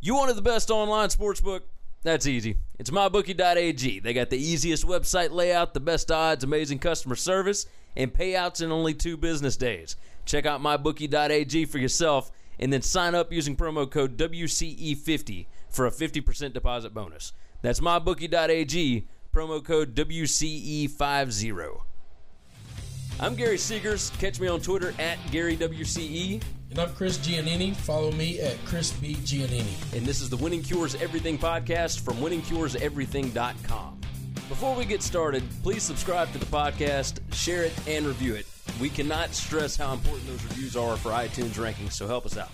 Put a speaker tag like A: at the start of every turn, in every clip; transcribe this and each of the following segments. A: You wanted the best online sportsbook? That's easy. It's mybookie.ag. They got the easiest website layout, the best odds, amazing customer service, and payouts in only two business days. Check out mybookie.ag for yourself and then sign up using promo code WCE50 for a 50% deposit bonus. That's mybookie.ag, promo code WCE50. I'm Gary Seegers. Catch me on Twitter at GaryWCE.
B: And I'm Chris Giannini. Follow me at Chris B. Giannini.
A: And this is the Winning Cures Everything podcast from winningcureseverything.com. Before we get started, please subscribe to the podcast, share it, and review it. We cannot stress how important those reviews are for iTunes rankings, so help us out.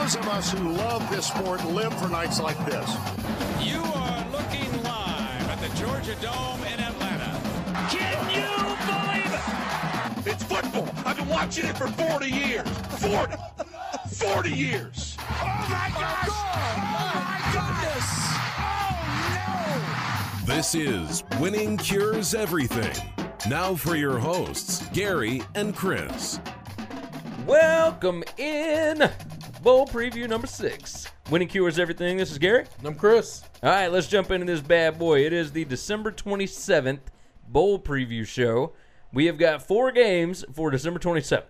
C: Those of us who love this sport live for nights like this.
D: You are looking live at the Georgia Dome in Atlanta.
E: Can you believe it?
F: It's football. I've been watching it for 40 years. 40. 40 years.
E: Oh my gosh. Oh my goodness. Oh
G: no. This is Winning Cures Everything. Now for your hosts, Gary and Chris.
A: Welcome in. Bowl preview number six. Winning Cures Everything. This is Gary.
B: And I'm Chris.
A: All right, let's jump into this bad boy. It is the December 27th Bowl preview show. We have got four games for December 27th.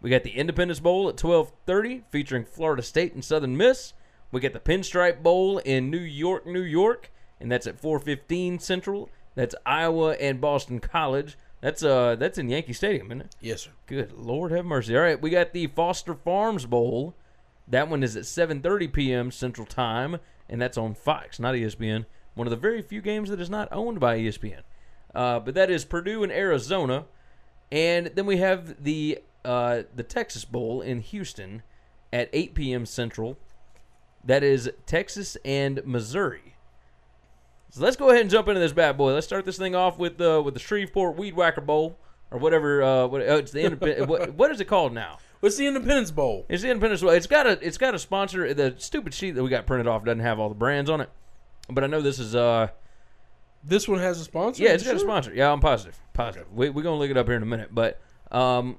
A: We got the Independence Bowl at 12:30 featuring Florida State and Southern Miss. We got the Pinstripe Bowl in New York, New York, and that's at 4:15 Central. That's Iowa and Boston College. That's uh that's in Yankee Stadium, isn't it?
B: Yes, sir.
A: Good Lord have mercy. All right, we got the Foster Farms Bowl. That one is at 7:30 p.m. Central Time, and that's on Fox, not E ESPN. One of the very few games that is not owned by E ESPN. Uh, but that is Purdue and Arizona, and then we have the uh, the Texas Bowl in Houston at 8 p.m. Central. That is Texas and Missouri. So let's go ahead and jump into this bad boy. Let's start this thing off with uh, with the Shreveport Weed Whacker Bowl or whatever. Uh, what, oh, it's the independent. what, what is it called now?
B: What's the Independence Bowl?
A: It's the Independence Bowl. It's got a it's got a sponsor. uh, The stupid sheet that we got printed off doesn't have all the brands on it, but I know this is uh.
B: This one has a sponsor.
A: Yeah, it's got sure? a sponsor. Yeah, I'm positive. Positive. Okay. We, we're gonna look it up here in a minute, but um,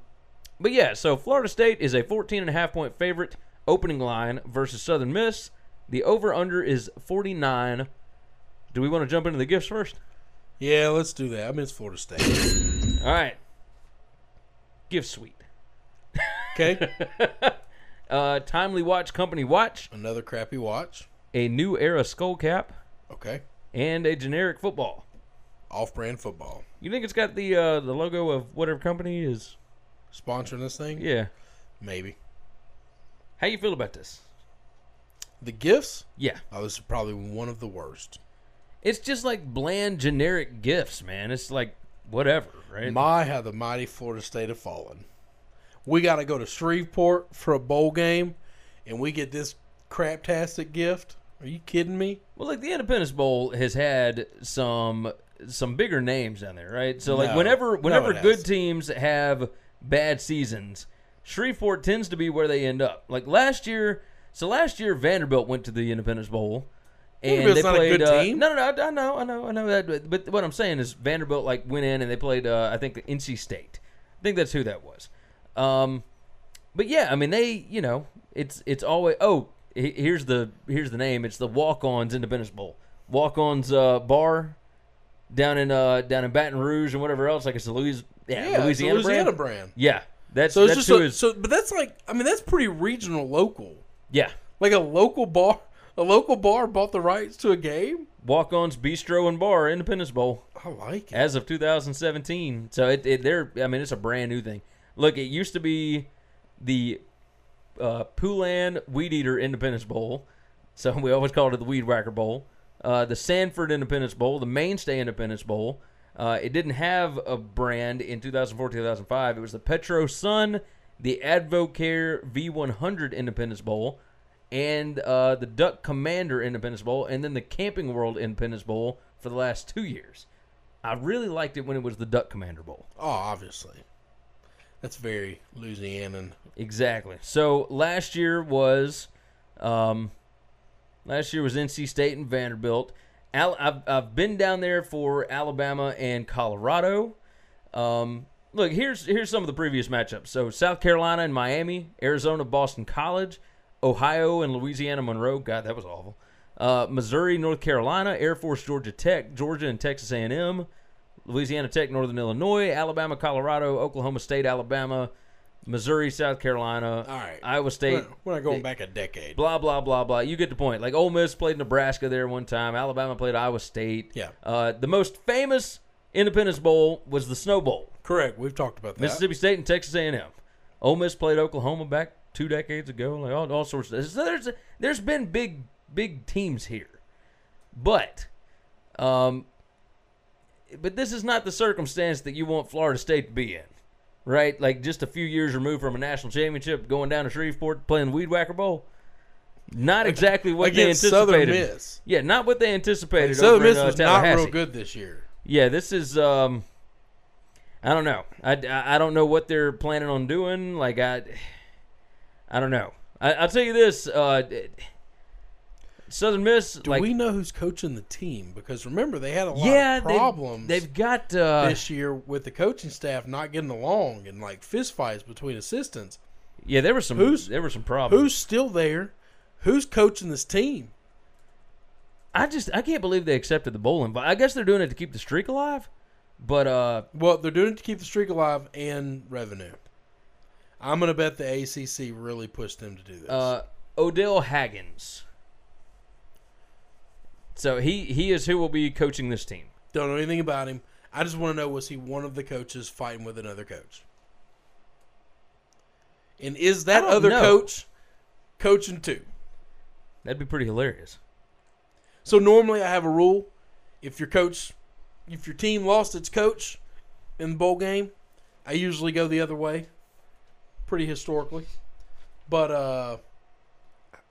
A: but yeah. So Florida State is a 14 and a half point favorite opening line versus Southern Miss. The over under is 49. Do we want to jump into the gifts first?
B: Yeah, let's do that. I mean, it's Florida State.
A: All right. Gift suite.
B: Okay.
A: uh, timely watch, company watch.
B: Another crappy watch.
A: A new era skull cap.
B: Okay
A: and a generic football.
B: Off-brand football.
A: You think it's got the uh, the logo of whatever company is
B: sponsoring this thing?
A: Yeah,
B: maybe.
A: How you feel about this?
B: The gifts?
A: Yeah.
B: Oh, this is probably one of the worst.
A: It's just like bland generic gifts, man. It's like whatever, right?
B: My, how the mighty Florida State have fallen. We got to go to Shreveport for a bowl game, and we get this craptastic gift. Are you kidding me?
A: Well, like the Independence Bowl has had some some bigger names down there, right? So like no, whenever whenever no good teams have bad seasons, Shreveport tends to be where they end up. Like last year, so last year Vanderbilt went to the Independence Bowl. And they played. Uh, no, no, no. I know, I know, I know that. But what I'm saying is, Vanderbilt like went in and they played. Uh, I think NC State. I think that's who that was. Um, but yeah, I mean, they. You know, it's it's always. Oh, here's the here's the name. It's the Walk Ons Independence Bowl. Walk Ons uh, Bar down in uh, down in Baton Rouge and whatever else. Like it's the Louis, yeah, yeah Louisiana,
B: Louisiana brand.
A: brand. Yeah, that's so that's
B: just
A: a, is,
B: so. But that's like I mean that's pretty regional, local.
A: Yeah,
B: like a local bar. A local bar bought the rights to a game.
A: Walk Ons Bistro and Bar Independence Bowl.
B: I like it.
A: As of 2017, so it, it they're I mean it's a brand new thing. Look, it used to be the uh, Poulan Weed Eater Independence Bowl. So we always called it the Weed Whacker Bowl. Uh, the Sanford Independence Bowl, the Mainstay Independence Bowl. Uh, it didn't have a brand in 2004 2005. It was the Petro Sun, the Advocare V100 Independence Bowl, and uh, the Duck Commander Independence Bowl, and then the Camping World Independence Bowl for the last two years. I really liked it when it was the Duck Commander Bowl.
B: Oh, obviously. That's very Louisianan.
A: Exactly. So last year was, um, last year was NC State and Vanderbilt. Al- I've, I've been down there for Alabama and Colorado. Um, look, here's here's some of the previous matchups. So South Carolina and Miami, Arizona, Boston College, Ohio and Louisiana Monroe. God, that was awful. Uh, Missouri, North Carolina, Air Force, Georgia Tech, Georgia and Texas A&M, Louisiana Tech, Northern Illinois, Alabama, Colorado, Oklahoma State, Alabama, Missouri, South Carolina,
B: All right.
A: Iowa
B: We're
A: State.
B: not- we're not going back a decade.
A: Blah blah blah blah. You get the point. Like Ole Miss played Nebraska there one time. Alabama played Iowa State.
B: Yeah.
A: Uh, the most famous Independence Bowl was the Snow Bowl.
B: Correct. We've talked about that.
A: Mississippi State and Texas A&M. Ole Miss played Oklahoma back two decades ago, like all, all sorts of. So there's there's been big big teams here, but um, but this is not the circumstance that you want Florida State to be in, right? Like just a few years removed from a national championship, going down to Shreveport playing Weed Whacker Bowl. Not exactly what they
B: Against Southern
A: anticipated.
B: Miss.
A: Yeah, not what they anticipated.
B: Southern
A: over
B: Miss
A: in, uh,
B: was not real
A: Tallahassee.
B: good this year.
A: Yeah, this is. Um, I don't know. I, I, I don't know what they're planning on doing. Like I, I don't know. I, I'll tell you this. Uh, d- Southern Miss.
B: Do
A: like,
B: we know who's coaching the team? Because remember, they had a lot
A: yeah,
B: of
A: they've-
B: problems
A: They've, got. Uh,
B: this year with the coaching staff not getting along and like fistfights between assistants.
A: yeah, there were some.
B: who's-
A: there were some problems.
B: Who's still there? Who's coaching this team?
A: I just I can't believe they accepted the bowling. But I guess they're doing it to keep the streak alive. But uh,
B: Well, they're doing it to keep the streak alive and revenue. I'm going to bet the ACC really pushed them to do this.
A: uh, Odell Haggins. So he he is who will be coaching this team.
B: Don't know anything about him. I just want to know was he one of the coaches fighting with another coach? And is that
A: don't
B: other
A: know.
B: coach coaching too?
A: That'd be pretty hilarious.
B: So normally I have a rule: if your coach, if your team lost its coach in the bowl game, I usually go the other way, pretty historically. But uh,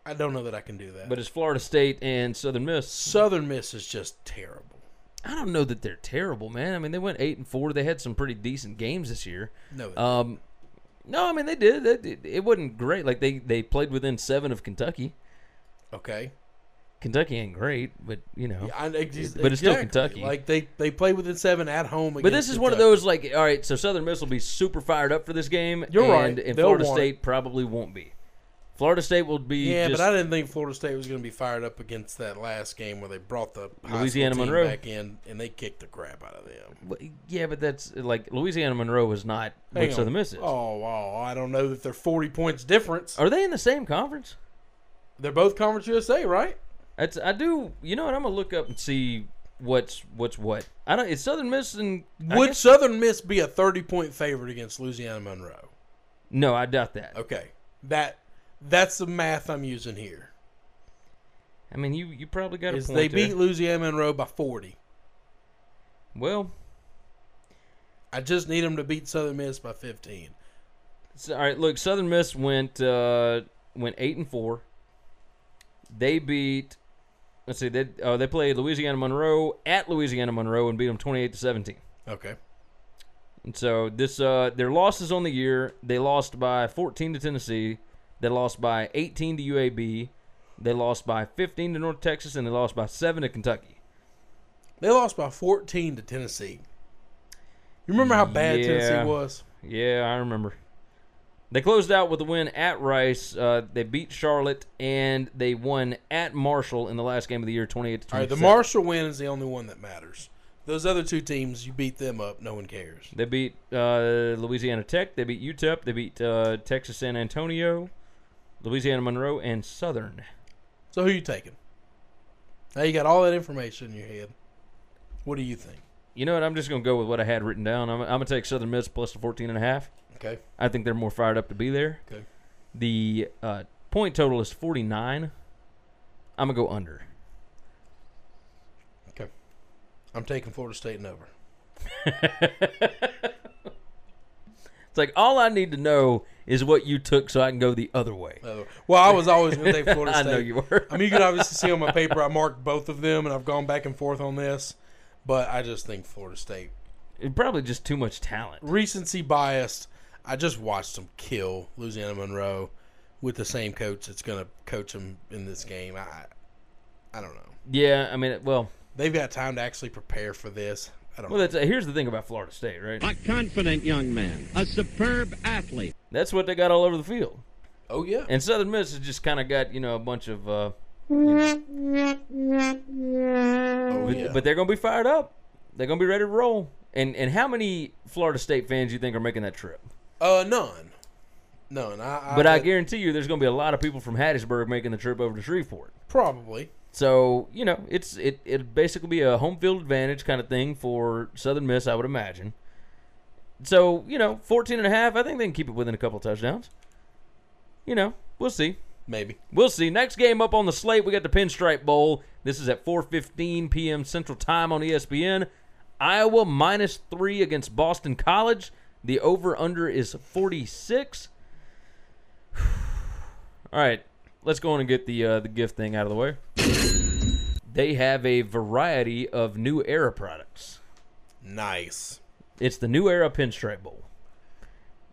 B: I don't know that I can do that.
A: But it's Florida State and Southern Miss.
B: Southern Miss is just terrible.
A: I don't know that they're terrible, man. I mean, they went eight and four. They had some pretty decent games this year.
B: No, it-
A: Um, no, I mean they did. They did- It wasn't great. Like they they played within seven of Kentucky.
B: okay.
A: Kentucky ain't great, but you know.
B: I- ex-
A: But it's still
B: exactly.
A: Kentucky.
B: Like they they play within seven at home. Against
A: but this is one of
B: Kentucky.
A: those like, all right, so Southern Miss will be super fired up for this game.
B: You're right.
A: and, And
B: They'll
A: Florida
B: want it.
A: State probably won't be. Florida State will be.
B: Yeah,
A: just,
B: but I didn't think Florida State was going to be fired up against that last game where they brought the high school
A: Louisiana
B: team
A: Monroe.
B: back in and they kicked the crap out of them.
A: w- yeah, but that's like Louisiana Monroe is not
B: Hang
A: what
B: on.
A: Southern Miss is.
B: Oh, wow. I don't know that they're 40 points difference.
A: Are they in the same conference?
B: They're both Conference USA, right?
A: That's I do. You know what? I'm gonna look up and see what's what's what. I don't. It's Southern Miss and I
B: Would
A: guess-
B: Southern Miss be a 30 point favorite against Louisiana Monroe?
A: no, I doubt that.
B: Okay. That that's the math I'm using here.
A: I mean, you you probably got a
B: Is
A: point
B: they
A: there.
B: beat Louisiana Monroe by 40.
A: well,
B: I just need them to beat Southern Miss by 15.
A: so- all right. Look, Southern Miss went uh went eight and four. They beat. Let's see. They uh, they played Louisiana Monroe at Louisiana Monroe and beat them 28 to 17.
B: Okay.
A: And so this uh their losses on the year, they lost by 14 to Tennessee, they lost by 18 to UAB, they lost by 15 to North Texas and they lost by 7 to Kentucky.
B: They lost by 14 to Tennessee. You remember how bad
A: Yeah.
B: Tennessee was?
A: Yeah, I remember. They closed out with a win at Rice. Uh, they beat Charlotte and they won at Marshall in the last game of the year 28 to
B: All right,
A: 27.
B: the Marshall win is the only one that matters. Those other two teams, you beat them up, no one cares.
A: They beat uh, Louisiana Tech. They beat UTEP. They beat uh, Texas San Antonio, Louisiana Monroe, and Southern.
B: So who you taking? Now you got all that information in your head. What do you think?
A: You know what? I'm just going to go with what I had written down. I'm, I'm going to take Southern Miss plus the 14 and a half.
B: Okay.
A: I think they're more fired up to be there.
B: Okay.
A: The uh, point total is 49. I'm going to go under.
B: Okay. I'm taking Florida State and over.
A: It's like all I need to know is what you took so I can go the other way.
B: Over. Uh, Well, I was always going to take Florida
A: I
B: State.
A: know you were.
B: I mean, you can obviously see on my paper I marked both of them, and I've gone back and forth on this, but I just think Florida State
A: Probably just too much talent.
B: recency biased. I just watched them kill Louisiana Monroe with the same coach that's going to coach them in this game. I, I don't know.
A: Yeah, I mean, well,
B: They've got time to actually prepare for this. I don't.
A: well,
B: know.
D: uh,
A: that's here's the thing about Florida State, right?
H: A confident young man, a superb athlete.
A: That's what they got all over the field.
B: Oh yeah.
D: And Southern Miss has just kind of got you know a bunch of, uh,
B: Oh
D: but,
B: yeah.
D: but they're gonna be fired up. They're gonna be ready to roll. And and how many Florida State fans you think are making that trip?
B: uh, none, none. I, I
D: But I
B: bet-
D: guarantee you, there's gonna be a lot of people from Hattiesburg making the trip over to Shreveport.
B: probably.
D: So you know, it's it it'll basically be a home field advantage kind of thing for Southern Miss, I would imagine. So you know, 14 and a half, I think they can keep it within a couple touchdowns. You know, we'll see.
B: Maybe.
D: We'll see. Next game up on the slate, we got the Pinstripe Bowl. This is at 4:15 p.m. Central Time on E ESPN. Iowa minus three against Boston College. The over/under is 46. All right, let's go on and get the uh, the gift thing out of the way. They have a variety of new era products.
B: Nice.
D: It's the new era Pinstripe Bowl,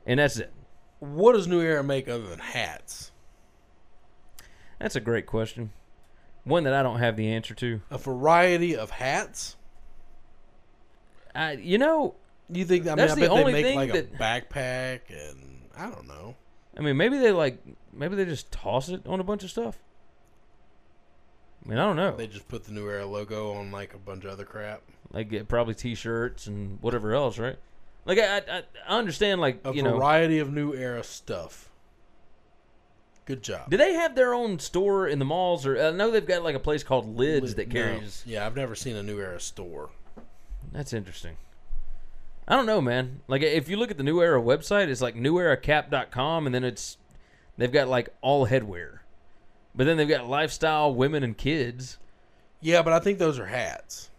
D: and that's it.
B: What does New Era make other than hats?
D: That's a great question, one that I don't have the answer to.
B: A variety of hats.
D: I, you know,
B: You think? I mean,
D: That's
B: I
D: the
B: bet
D: only
B: they
D: thing
B: make like
D: that-
B: a backpack and I don't know.
D: I mean, maybe they like, maybe they just toss it on a bunch of stuff. I mean, I don't know.
B: They just put the New Era logo on like a bunch of other crap.
D: Like yeah, probably T-shirts and whatever else, right? Like I, I, I understand. Like
B: A
D: you know,
B: variety of New Era stuff. Good job.
D: do they have their own store in the malls? Or I know they've got like a place called Lids that
B: No.
D: carries.
B: Yeah, I've never seen a New Era store.
D: That's interesting. I don't know, man. Like if you look at the New Era website, it's like neweracap.com, and then it's they've got like all headwear, but then they've got lifestyle, women, and kids.
B: Yeah, but I think those are hats.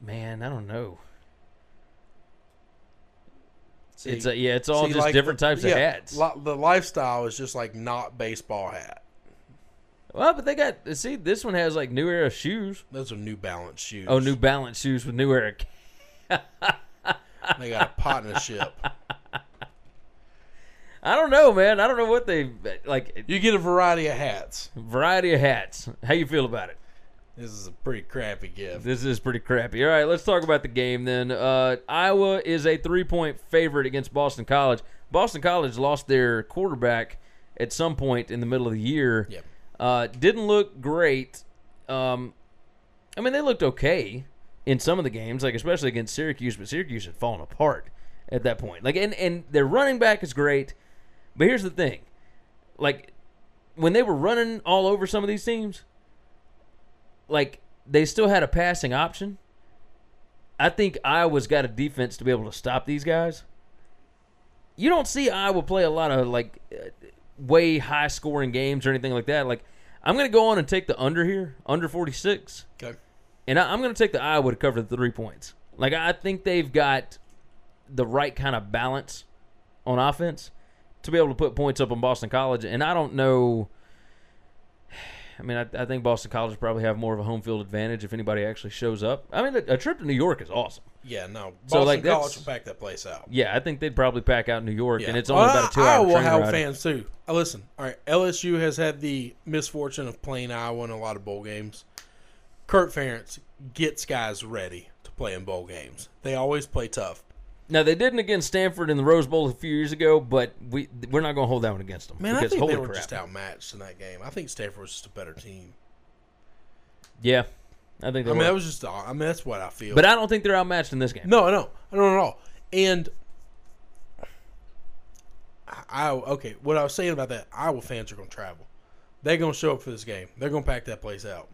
D: Man, I don't know.
B: See-
D: it's a, yeah, it's all
B: see,
D: just
B: like,
D: different types
B: yeah,
D: of hats.
B: li- the lifestyle is just like not baseball hat.
D: well, but they got see this one has like New Era shoes.
B: Those are New Balance shoes.
D: Oh, New Balance shoes with New Era. ca-
B: They got a partnership.
D: I don't know, man. I don't know what they like.
B: You get a variety of hats.
D: Variety of hats. How you feel about it?
B: This is a pretty crappy gift.
D: This is pretty crappy. All right, let's talk about the game then. Uh, Iowa is a three-point favorite against Boston College. Boston College lost their quarterback at some point in the middle of the year.
B: Yep.
D: Uh, didn't look great. Um, I mean, they looked okay in some of the games, like especially against Syracuse, but Syracuse had fallen apart at that point. Like, and and their running back is great, but here's the thing: like when they were running all over some of these teams, like they still had a passing option. I think Iowa's got a defense to be able to stop these guys. You don't see Iowa play a lot of like uh, way high scoring games or anything like that. Like I'm going to go on and take the under here, under 46,
B: Okay.
D: and I, I'm going to take the Iowa to cover the three points. Like I think they've got the right kind of balance on offense to be able to put points up on Boston College, and I don't know. I mean, I, I think Boston College probably have more of a home field advantage if anybody actually shows up. I mean, a, a trip to New York is awesome.
B: Yeah, no. Boston
D: So, like, that's-
B: College will pack that place out.
D: Yeah, I think they'd probably pack out New York,
B: Yeah.
D: and it's only
B: Well,
D: about a
B: I-
D: two-hour
B: Iowa
D: train
B: have
D: ride.
B: fans too. Uh, listen, all right. LSU has had the misfortune of playing Iowa in a lot of bowl games. Kurt Ferentz gets guys ready to play in bowl games. They always play tough.
D: Now they didn't against Stanford in the Rose Bowl a few years ago, but we we're not going to hold that one against them
B: Man,
D: because
B: I think
D: holy
B: they were
D: crap,
B: just outmatched in that game. I think Stanford was just a better team.
D: yeah, I think they
B: I mean,
D: were.
B: that was just. I mean, that's what I feel.
D: but I don't think they're outmatched in this game.
B: No, no, I don't at all. And I, I okay, what I was saying about that, Iowa fans are going to travel. They're going to show up for this game. They're going to pack that place out.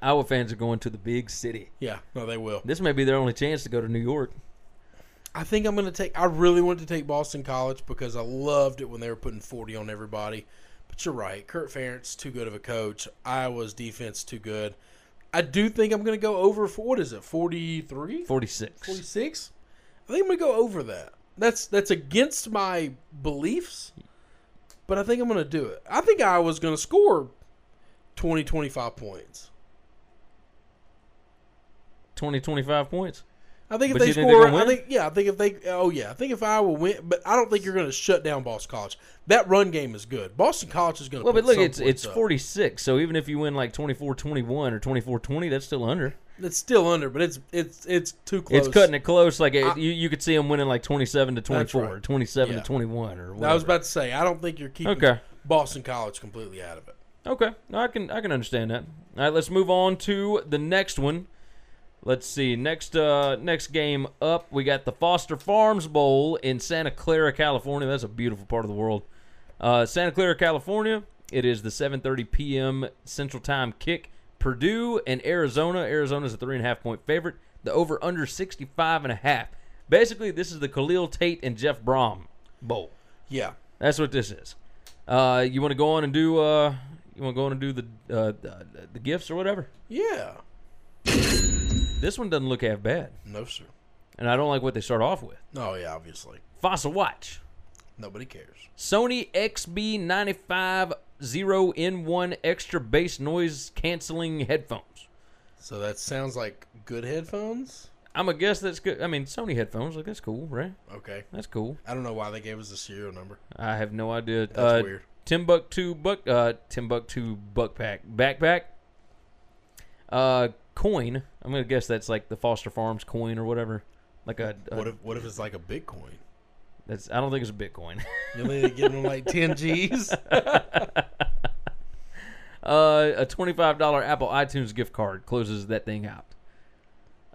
D: Iowa fans are going to the big city.
B: Yeah, no, they will.
D: This may be their only chance to go to New York.
B: I think I'm going to take. I really want to take Boston College because I loved it when they were putting 40 on everybody. But you're right, Kurt Ferentz too good of a coach. Iowa's defense too good. I do think I'm going to go over for what is it, 43?
D: 46.
B: 46 i think i'm gonna go over that that's that's against my beliefs but i think i'm gonna do it i think i was gonna score 20 25 points
D: 20, 25 points.
B: I think if
D: But
B: they
D: you think they're
B: score,
D: gonna
B: I
D: win?
B: think yeah, I think if they, oh yeah, I think if Iowa win, but I don't think you're going to shut down Boston College. That run game is good. Boston College is going to.
D: Well, but look,
B: some
D: it's
B: points
D: it's
B: up.
D: 46, so even if you win like 24-21 or 24-20, that's still under.
B: It's still under, but it's it's it's too close.
D: It's cutting it close. Like it,
B: I-
D: you, you could see them winning like twenty-seven to twenty-four, or
B: right.
D: twenty-seven
B: Yeah.
D: to twenty-one, or whatever.
B: I was about to say, I don't think you're keeping
D: Okay.
B: Boston College completely out of it.
D: Okay, No, I can I can understand that. All right, let's move on to the next one. Let's see. Next uh next game up, we got the Foster Farms Bowl in Santa Clara, California. That's a beautiful part of the world. Uh, Santa Clara, California. It is the 7:30 p.m. Central Time kick. Purdue and Arizona. Arizona's a three and a half point favorite. The over under 65 and a half. Basically, this is the Khalil Tate and Jeff Brom Bowl.
B: Yeah.
D: That's what this is. Uh, you want to go on and do uh, you want to go on and do the, uh, the the gifts or whatever.
B: Yeah.
D: This one doesn't look half bad,
B: No, sir.
D: and I don't like what they start off with.
B: No, yeah, obviously.
D: Fossil watch,
B: Nobody cares.
D: Sony XB 950 N1 extra bass noise canceling headphones.
B: So that sounds like good headphones.
D: I'm a guess that's good. I mean, Sony headphones, like that's cool, right?
B: Okay.
D: That's cool.
B: I don't know why they gave us the serial number.
D: I have no idea.
B: That's
D: uh,
B: weird.
D: Timbuktu buck, uh, Timbuktu buck pack backpack. Uh, coin. I'm gonna guess that's like the Foster Farms coin or whatever. Like a, a-
B: What if what if it's like a Bitcoin?
D: that's. I don't think it's a Bitcoin.
B: You only give them like ten G's.
D: uh, a twenty-five dollar Apple iTunes gift card closes that thing out.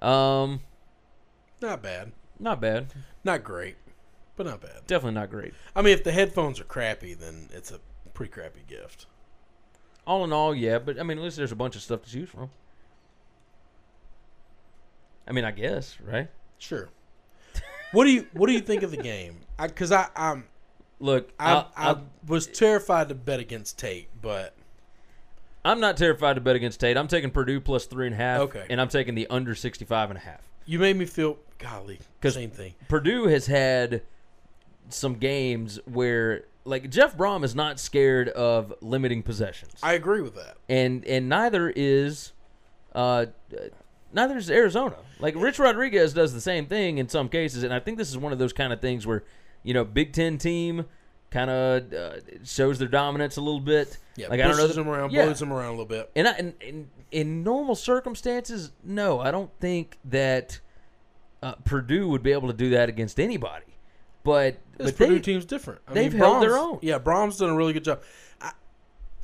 D: Um,
B: Not bad.
D: not bad.
B: Not great, but not bad.
D: Definitely not great.
B: I mean, if the headphones are crappy, then it's a pretty crappy gift.
D: All in all, yeah. But I mean, at least there's a bunch of stuff to choose from. I mean, I guess, right?
B: Sure. What do you What do you think of the game? Because I, I am
D: Look,
B: I,
D: I'll-
B: I,
D: I'll-
B: was terrified to bet against Tate, but
D: I'm not terrified to bet against Tate. I'm taking Purdue plus three and a half.
B: Okay.
D: And I'm taking the under 65 and a half.
B: you made me feel golly
D: 'Cause-
B: same thing.
D: Purdue has had some games where, like, Jeff Brom is not scared of limiting possessions.
B: I agree with that.
D: and and neither is, uh, neither is Arizona. Like, Rich Rodriguez does the same thing in some cases. And I think this is one of those kind of things where, you know, Big Ten team kind of uh, shows their dominance a little bit.
B: Yeah,
D: like, I
B: pushes
D: don't know.
B: them around,
D: Yeah.
B: blows them around a little bit.
D: And I, in, in in normal circumstances, no, I don't think that uh, Purdue would be able to do that against anybody. But
B: This
D: but
B: Purdue
D: they,
B: team's different. I
D: they've held their
B: Brahms-
D: own.
B: Yeah, Brahms done a really good job. I,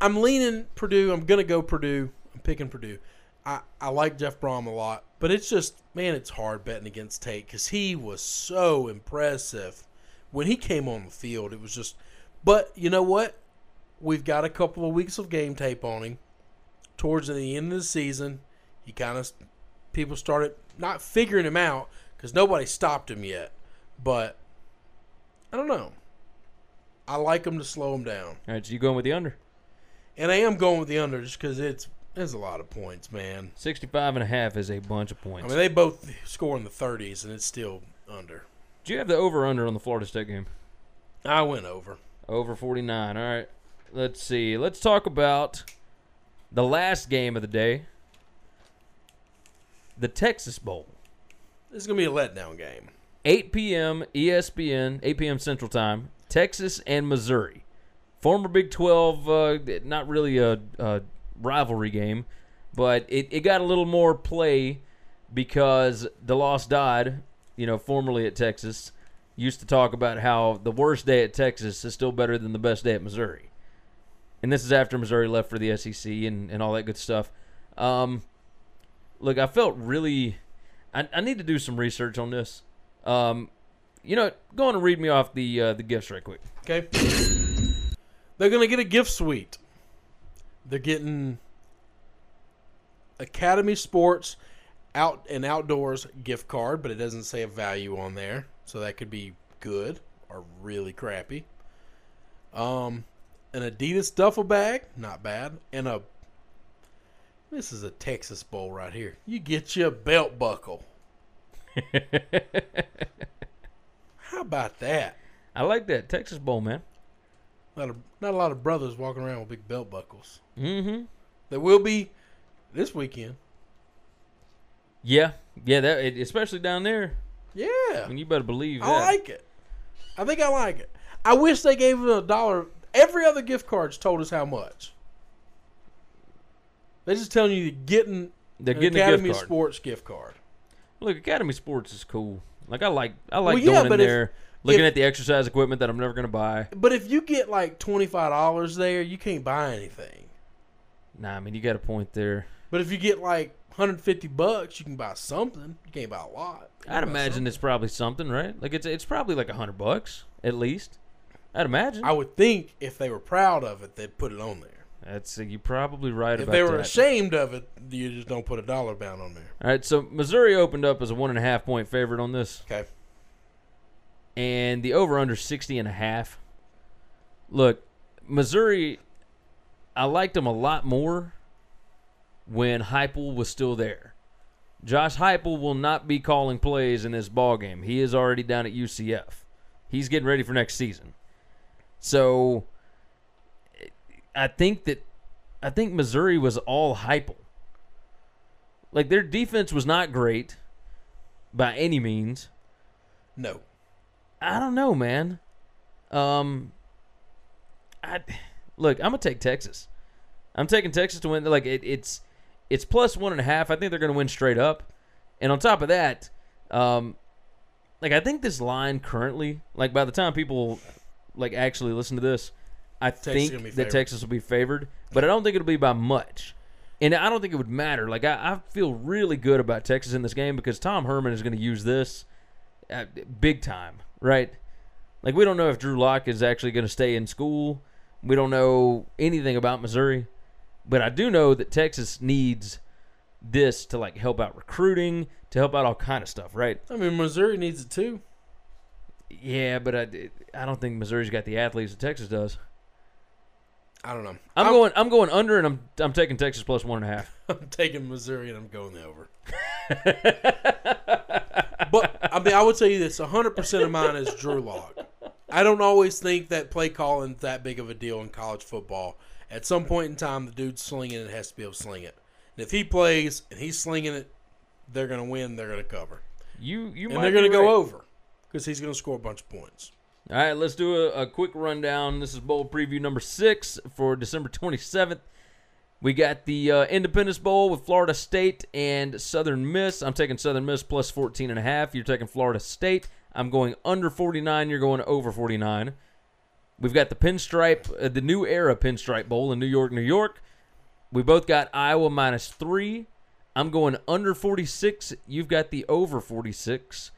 B: I'm leaning Purdue. I'm gonna go Purdue. I'm picking Purdue. I, I like Jeff Brom a lot, but it's just man, it's hard betting against Tate because he was so impressive when he came on the field. It was just, but you know what? We've got a couple of weeks of game tape on him. Towards the end of the season, he kind of people started not figuring him out because nobody stopped him yet. But I don't know. I like him to slow him down,
D: All right, so you going with the under
B: and I am going with the under just because it's it's a lot of points, man.
D: 65 and a half is a bunch of
B: I
D: points.
B: mean, they both score in the 30s, and it's still under.
D: Do you have the over under on the Florida State game?
B: I went over.
D: Over 49. All right. Let's see. Let's talk about the last game of the day. The Texas Bowl.
B: This is gonna be a letdown game.
D: 8 p.m. ESPN, 8 p.m. Central Time, Texas and Missouri. Former Big 12, uh, not really a, a rivalry game, but it, it got a little more play because DeLoss died, you know, formerly at Texas. Used to talk about how the worst day at Texas is still better than the best day at Missouri. And this is after Missouri left for the SEC and, and all that good stuff. Um, look, I felt really. I, I need to do some research on this. Um, you know, go on and read me off the uh, the gifts right quick.
B: Okay, they're gonna get a gift suite. They're getting Academy Sports out and outdoors gift card, but it doesn't say a value on there, so that could be good or really crappy. Um, an Adidas duffel bag, not bad, and a this is a Texas bowl right here. You get you a belt buckle. How about that?
D: I like that Texas Bowl, man.
B: Not a, not a lot of brothers walking around with big belt buckles.
D: Mm-hmm.
B: There will be this weekend.
D: Yeah, yeah. That it, especially down there.
B: Yeah.
D: I mean, you better believe that.
B: I like it. I think I like it. I wish they gave us a dollar. Every other gift card's told us how much. They're just telling you you're getting
D: They're
B: An
D: getting
B: Academy
D: a gift card.
B: Sports gift card.
D: Look, Academy Sports is cool. Like I like I like
B: Well, yeah,
D: going in
B: but if-
D: there, looking
B: if-
D: at the exercise equipment that I'm never gonna buy.
B: But if you get like twenty five dollars there, you can't buy anything.
D: Nah, I mean you got a point there.
B: But if you get like hundred fifty bucks, you can buy something. You can't buy a lot. You can
D: I'd
B: buy
D: imagine
B: something.
D: it's probably something, right? Like it's it's probably like a hundred bucks at least. I'd imagine.
B: I would think if they were proud of it, they'd put it on there.
D: That's you're probably right
B: If
D: about
B: they were
D: that.
B: ashamed of it, you just don't put a dollar bound on there.
D: All right, so Missouri opened up as a one and a half point favorite on this,
B: Okay.
D: and the over under 60 and a half. Look, Missouri, I liked them a lot more when Heupel was still there. Josh Heupel will not be calling plays in this ball game. He is already down at UCF. He's getting ready for next season. So I think that I think Missouri was all Heupel. Like their defense was not great by any means.
B: No.
D: I don't know, man. Um, I look. I'm gonna take Texas. I'm taking Texas to win. Like it, it's it's plus one and a half. I think they're gonna win straight up. And on top of that, um, like I think this line currently, like by the time people like actually listen to this, I
B: gonna be
D: think that
B: favored.
D: Texas will be favored, but I don't think it'll be by much. And I don't think it would matter. Like I, I feel really good about Texas in this game because Tom Herman is going to use this uh, big time, right? Like we don't know if Drew Locke is actually going to stay in school. We don't know anything about Missouri, but I do know that Texas needs this to like help out recruiting, to help out all kind of stuff, right?
B: I mean, Missouri needs it too.
D: Yeah, but I, I don't think Missouri's got the athletes that Texas does.
B: I don't know.
D: I'm, going I'm going under, and I'm I'm taking Texas plus one and a half.
B: I'm taking Missouri and I'm going the over. but I mean, I would tell you this: 100 percent of mine is Drew Lock. I don't always think that play calling's that big of a deal in college football. At some point in time, the dude's slinging it has to be able to sling it. And if he plays and he's slinging it, they're going to win. They're going to cover,
D: You you
B: and
D: might
B: they're going
D: be
B: to
D: right.
B: go over because he's going to score a bunch of points.
D: All right, let's do a, a quick rundown. This is bowl preview number six for December 27th. We got the uh, Independence Bowl with Florida State and Southern Miss. I'm taking Southern Miss plus 14 and a half. You're taking Florida State. I'm going under 49. You're going over 49. We've got the Pinstripe, uh, the New Era Pinstripe Bowl in New York, New York. We both got Iowa minus three. I'm going under 46. You've got the over 46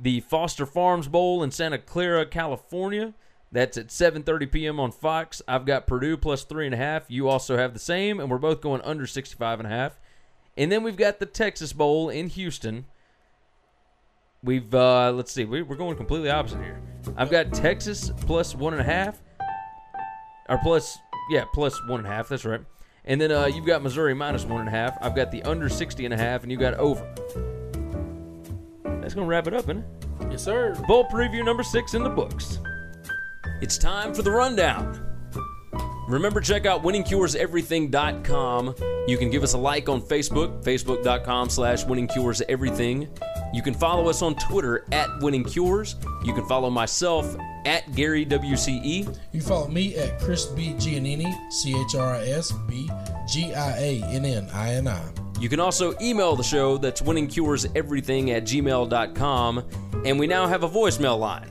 D: the Foster Farms Bowl in Santa Clara, California. That's at 7:30 p.m. on Fox. I've got Purdue plus three and a half. You also have the same, and we're both going under 65 and a half. And then we've got the Texas Bowl in Houston. We've uh, let's see, we, we're going completely opposite here. I've got Texas plus one and a half, or plus yeah, plus one and a half. That's right. And then uh, you've got Missouri minus one and a half. I've got the under 60 and a half, and you got over. That's gonna wrap it up, isn't it?
B: Yes, sir.
D: Bowl preview number six in the books. It's time for the rundown. Remember, check out winningcureseverything.com. You can give us a like on Facebook, facebook.com slash winningcureseverything. You can follow us on Twitter at winningcures. You can follow myself at Gary E. WCE.
H: You follow me at Chris B. Giannini, C H R I S B G I A N N I N I.
D: You can also email the show that's winningcureseverything at gmail.com. And we now have a voicemail line.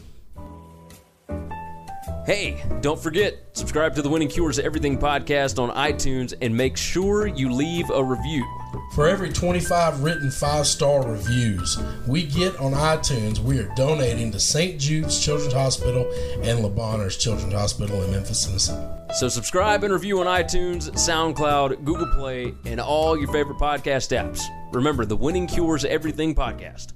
D: Hey, don't forget, subscribe to the Winning Cures Everything podcast on iTunes and make sure you leave a review.
H: For every 25 written five star reviews we get on iTunes, we are donating to St. Jude's Children's Hospital and LeBonner's Children's Hospital in Memphis, Tennessee.
D: So, subscribe and review on iTunes, SoundCloud, Google Play, and all your favorite podcast apps. Remember, the Winning Cures Everything podcast.